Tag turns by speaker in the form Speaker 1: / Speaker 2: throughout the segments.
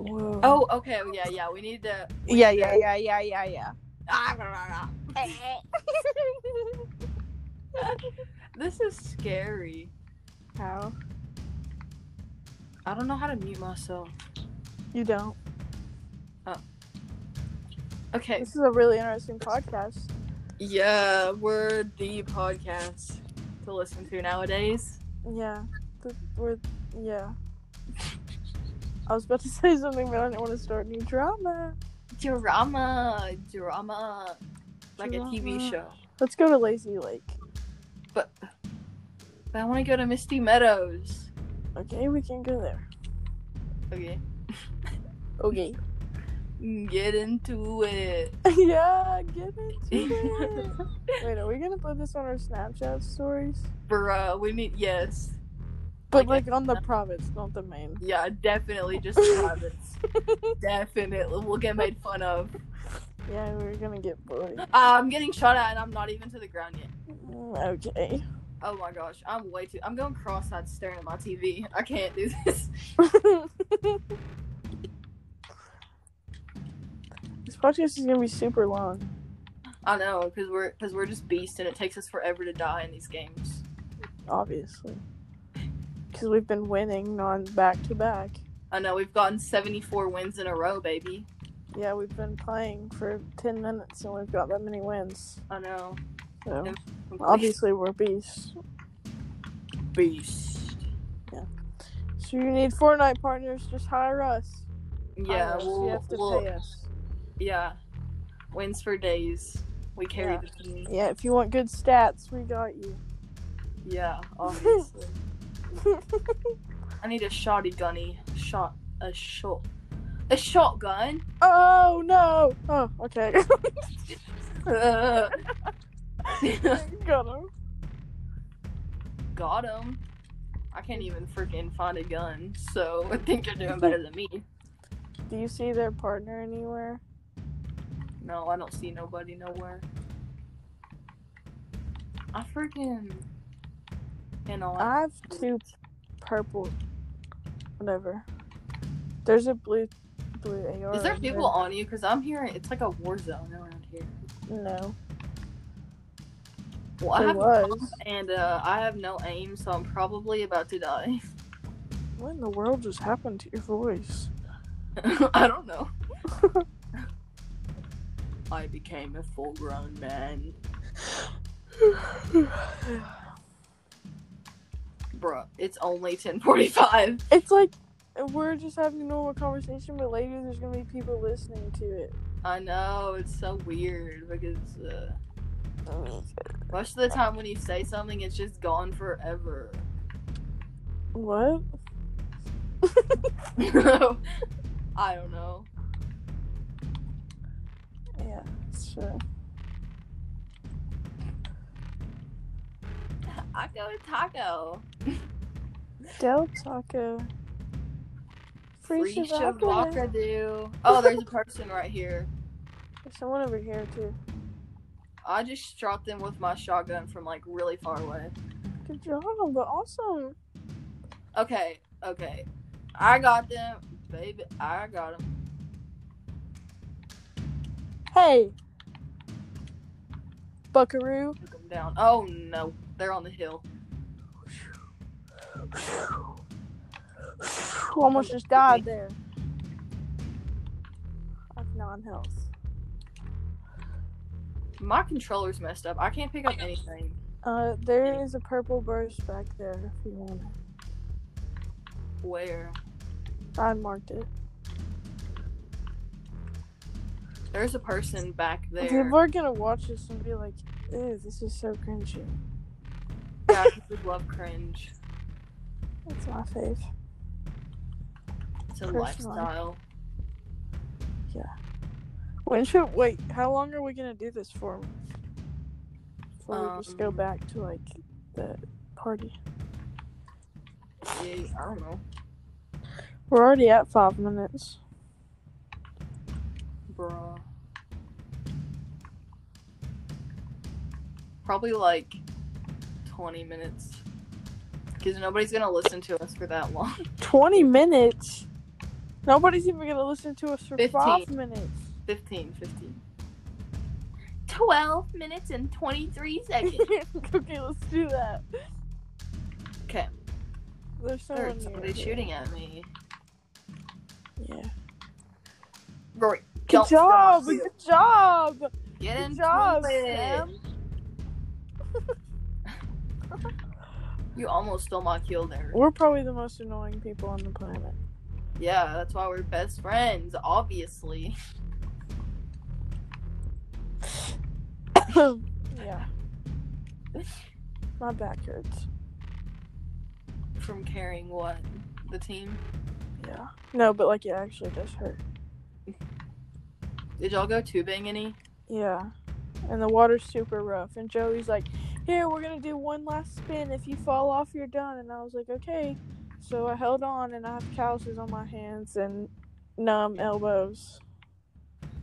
Speaker 1: Oh, okay. Yeah, yeah. We need to.
Speaker 2: Yeah, yeah, yeah, yeah, yeah, yeah.
Speaker 1: Ah, this is scary.
Speaker 2: How?
Speaker 1: I don't know how to mute myself. Oh.
Speaker 2: You don't.
Speaker 1: Okay.
Speaker 2: This is a really interesting podcast.
Speaker 1: Yeah, we're the podcast to listen to nowadays.
Speaker 2: Yeah. Th- we're, yeah. I was about to say something, but I didn't want to start new drama.
Speaker 1: Drama, drama, like a
Speaker 2: Drama.
Speaker 1: TV show.
Speaker 2: Let's go to Lazy Lake.
Speaker 1: But I want to go to Misty Meadows.
Speaker 2: Okay, we can go there.
Speaker 1: Okay.
Speaker 2: Okay.
Speaker 1: Get into it.
Speaker 2: yeah, get into it. Wait, are we gonna put this on our Snapchat stories?
Speaker 1: Bruh, uh, we need. Yes.
Speaker 2: But
Speaker 1: Like,
Speaker 2: like on the privates, not the main.
Speaker 1: Yeah, definitely just privates. definitely. We'll get made fun of. Uh,
Speaker 2: Yeah, we're gonna get bullied.
Speaker 1: I'm getting shot at and I'm not even to the ground yet.
Speaker 2: Mm, Okay.
Speaker 1: Oh my gosh, I'm way too. I'm going cross eyed staring at my TV. I can't do this.
Speaker 2: this podcast is gonna be super long.
Speaker 1: I know, because we're, cause we're just beasts and it takes us forever to die in these games.
Speaker 2: obviously. Because we've been winning non back to back.
Speaker 1: I know, we've gotten 74 wins in a row, baby.
Speaker 2: Yeah, we've been playing for 10 minutes and we've got that many wins.
Speaker 1: I know.
Speaker 2: So
Speaker 1: Yeah.
Speaker 2: obviously, we're beasts.
Speaker 1: Beast.
Speaker 2: So you need Fortnite partners, just hire us. Hire
Speaker 1: Yeah,
Speaker 2: us. you
Speaker 1: we'll,
Speaker 2: have to pay
Speaker 1: we'll,
Speaker 2: us.
Speaker 1: yeah. Wins for days. We carry
Speaker 2: Yeah.
Speaker 1: the team.
Speaker 2: Yeah, if you want good stats, we got you.
Speaker 1: Yeah, obviously. I need a shotty gunny. Shot. A shot. A shotgun?
Speaker 2: oh no! Oh, okay.
Speaker 1: Uh,
Speaker 2: got him.
Speaker 1: got him. I can't even freaking find a gun, so I think you're doing better than me.
Speaker 2: Do you see their partner anywhere?
Speaker 1: No, I don't see nobody nowhere. I freaking. You know, I-
Speaker 2: I have two purple. Whatever. There's a blue, blue AR.
Speaker 1: is there
Speaker 2: over
Speaker 1: people on you? Because I'm hearing it's like a war zone around here.
Speaker 2: No.
Speaker 1: Well, I
Speaker 2: There
Speaker 1: have
Speaker 2: was.
Speaker 1: and uh, I have no aim, so I'm probably about to die.
Speaker 2: What in the world just happened to your voice?
Speaker 1: I don't know. I became a full-grown man, bruh. It's only 10:45.
Speaker 2: it's like we're just having a normal conversation, but later there's gonna be people listening to it.
Speaker 1: I know it's so weird because uh, most of the time when you say something, it's just gone forever.
Speaker 2: What?
Speaker 1: I don't know.
Speaker 2: Yeah, sure.
Speaker 1: I go with taco.
Speaker 2: Del Taco. Free,
Speaker 1: Free
Speaker 2: Chewbacca.
Speaker 1: Shavakadu. Oh, there's a person right here.
Speaker 2: There's someone over here too.
Speaker 1: I just shot them with my shotgun from like really far away.
Speaker 2: Good job, but awesome.
Speaker 1: Okay, okay. I got them, baby. I got them.
Speaker 2: Hey, Buckaroo.
Speaker 1: Took them down. Oh no, they're on the hill.
Speaker 2: Almost just died there. Of non-health.
Speaker 1: My controller's messed up. I can't pick up anything.
Speaker 2: Uh, there is a purple burst back there if you want. it.
Speaker 1: Where?
Speaker 2: I marked it.
Speaker 1: There's a person back there.
Speaker 2: People are gonna watch this and be like, "Ew, this is so cringy."
Speaker 1: Yeah, I just love cringe.
Speaker 2: That's my fave.
Speaker 1: It's a
Speaker 2: Personal.
Speaker 1: lifestyle.
Speaker 2: When should wait? How long are we gonna do this for? Before we just go
Speaker 1: Um,
Speaker 2: back to like the party.
Speaker 1: Yeah, I don't know,
Speaker 2: We're already at five minutes.
Speaker 1: bruh. Probably like 20 minutes. Because nobody's gonna listen to us for that long.
Speaker 2: Twenty minutes. Nobody's even gonna listen to us for five
Speaker 1: Fifteen.
Speaker 2: minutes.
Speaker 1: 15, 15. 12 minutes and 23 seconds.
Speaker 2: okay, let's do that.
Speaker 1: Okay.
Speaker 2: There's someone
Speaker 1: There's
Speaker 2: near
Speaker 1: somebody
Speaker 2: here.
Speaker 1: shooting at me.
Speaker 2: Yeah.
Speaker 1: Rory,
Speaker 2: Good
Speaker 1: don't
Speaker 2: job.
Speaker 1: stop.
Speaker 2: Good job.
Speaker 1: Get in
Speaker 2: Good job,
Speaker 1: close.
Speaker 2: Sam.
Speaker 1: You almost stole my kill there.
Speaker 2: We're probably the most annoying people on the planet.
Speaker 1: Yeah, that's why we're best friends, obviously.
Speaker 2: yeah. My back hurts.
Speaker 1: From carrying what? The team?
Speaker 2: Yeah. No, but like it actually does hurt.
Speaker 1: Did y'all go tubing any?
Speaker 2: Yeah. And the water's super rough. And Joey's like, Here, we're gonna do one last spin. If you fall off you're done and I was like, Okay. So I held on and I have calluses on my hands and numb elbows.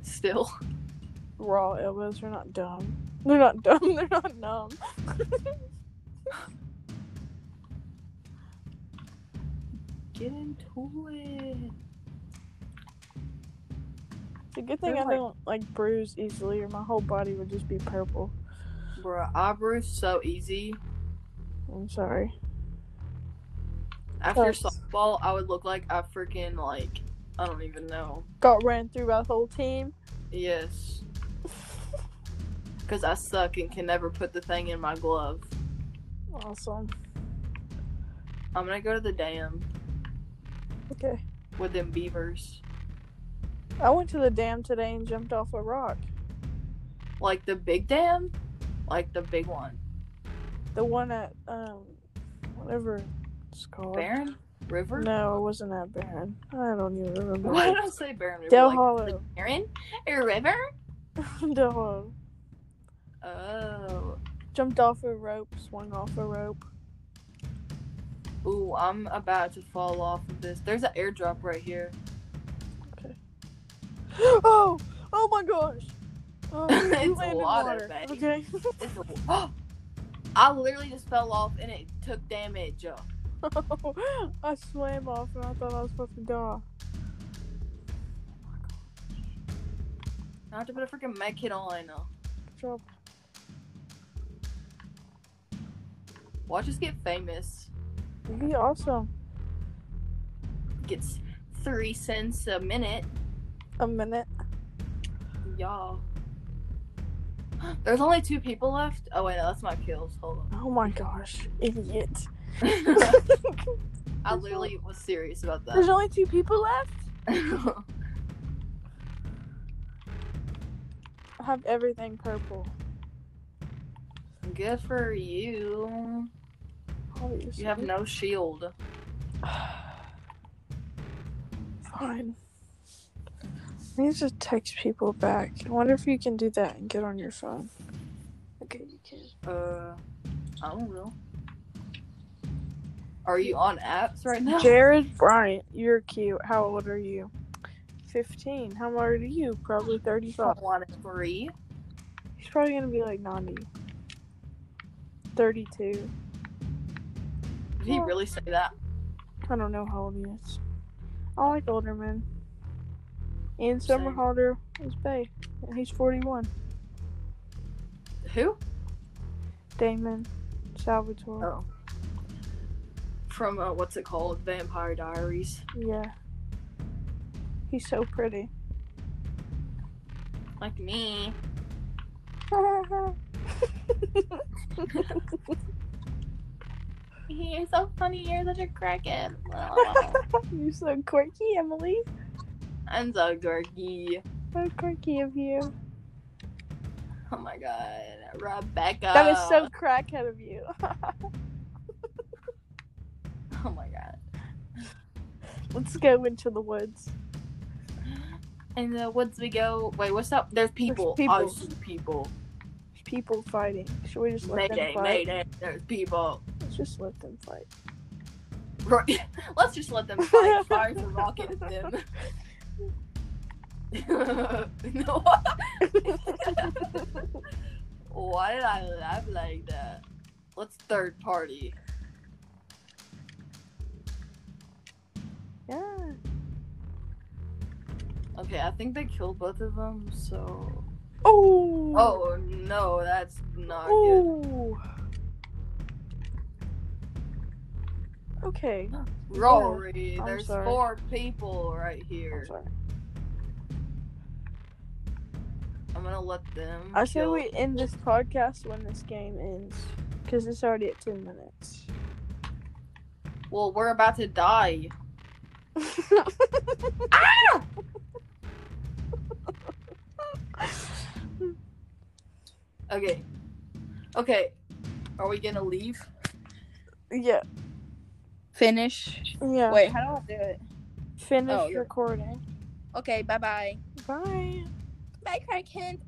Speaker 1: Still?
Speaker 2: Raw elbows, they're not dumb. They're not dumb, they're not numb.
Speaker 1: Get into it.
Speaker 2: The good thing
Speaker 1: They're
Speaker 2: I
Speaker 1: like-
Speaker 2: don't like bruise easily or my whole body would just be purple.
Speaker 1: Bruh, I bruise so easy.
Speaker 2: I'm sorry.
Speaker 1: After
Speaker 2: Yes.
Speaker 1: softball, I would look like I freaking, like, I don't even know.
Speaker 2: Got ran through by the whole team.
Speaker 1: Yes. Because I suck and can never put the thing in my glove.
Speaker 2: Awesome.
Speaker 1: I'm gonna go to the dam
Speaker 2: Okay.
Speaker 1: with them beavers.
Speaker 2: I went to the dam today and jumped off a rock.
Speaker 1: Like the big dam? Like the big one.
Speaker 2: The one at um whatever it's called.
Speaker 1: Barren River?
Speaker 2: No, it wasn't at Barron. I don't even remember.
Speaker 1: Why did I say Barren River?
Speaker 2: Del
Speaker 1: like,
Speaker 2: Hollow.
Speaker 1: the Barren River?
Speaker 2: no.
Speaker 1: Oh.
Speaker 2: Jumped off a rope, swung off a rope.
Speaker 1: Ooh, I'm about to fall off of this. There's an airdrop right here.
Speaker 2: Oh! Oh my gosh! Oh, you
Speaker 1: It's
Speaker 2: landed
Speaker 1: water,
Speaker 2: water.
Speaker 1: baby.
Speaker 2: Okay.
Speaker 1: It's a- I literally just fell off and it took damage.
Speaker 2: I swam off and I thought I was supposed to die.
Speaker 1: I have to put a freaking med kit on.
Speaker 2: Good job.
Speaker 1: Watch us get famous.
Speaker 2: It'd be awesome.
Speaker 1: Gets three cents a minute.
Speaker 2: A minute.
Speaker 1: Y'all. There's only two people left. Oh wait, no, that's my kills. Hold on.
Speaker 2: Oh my gosh. Idiot.
Speaker 1: I literally was serious about
Speaker 2: There's
Speaker 1: that.
Speaker 2: only two people left? I have everything purple.
Speaker 1: Good for you.
Speaker 2: Obviously.
Speaker 1: You have no shield.
Speaker 2: Fine. I need to text people back. I wonder if you can do that and get on your phone. Okay, you can.
Speaker 1: Uh, I don't know. Are you on apps right now?
Speaker 2: Jared Bryant, you're cute. How old are you? 15. How old are you? Probably 35.
Speaker 1: One and three.
Speaker 2: He's probably gonna be like 90. 32.
Speaker 1: Did he really say that?
Speaker 2: I don't know how old he is. I like older men. Ian Summer
Speaker 1: Same.
Speaker 2: Holder is Bay. and He's 41.
Speaker 1: Who?
Speaker 2: Damon Salvatore.
Speaker 1: Oh. From uh, what's it called? Vampire Diaries.
Speaker 2: Yeah. He's so pretty.
Speaker 1: Like me. You're so funny. You're such a crackhead.
Speaker 2: You're so quirky, Emily.
Speaker 1: I'm so dorky.
Speaker 2: How quirky of you.
Speaker 1: Oh my god, Rebecca.
Speaker 2: That is so crackhead of you.
Speaker 1: Oh my god.
Speaker 2: Let's go into the woods.
Speaker 1: In the woods we go. Wait, uh, what's up? There's people.
Speaker 2: people.
Speaker 1: I see people.
Speaker 2: People fighting. Should we just let
Speaker 1: Mayday,
Speaker 2: them fight?
Speaker 1: mayday. There's people.
Speaker 2: Let's just let them fight.
Speaker 1: Right. Let's just let them fight fires and rockets at them. no. Why did I laugh like that? Let's third party.
Speaker 2: Yeah.
Speaker 1: Okay, I think they killed both of them. So.
Speaker 2: Oh.
Speaker 1: Oh no, that's not good.
Speaker 2: Ooh. Okay.
Speaker 1: Rory,
Speaker 2: I'm
Speaker 1: there's
Speaker 2: sorry.
Speaker 1: four people right
Speaker 2: I'm
Speaker 1: here.
Speaker 2: sorry.
Speaker 1: I'm gonna let them.
Speaker 2: I say
Speaker 1: kill-
Speaker 2: we end this podcast when this game ends, because it's already at ten minutes.
Speaker 1: Well, we're about to die. Okay. Okay. Are we gonna leave?
Speaker 2: yeah.
Speaker 3: Finish.
Speaker 2: Yeah.
Speaker 3: Wait, how do I do it?
Speaker 2: Finish
Speaker 3: oh, you're-
Speaker 2: recording.
Speaker 3: Okay, bye bye.
Speaker 2: Bye.
Speaker 3: Bye, Kraken.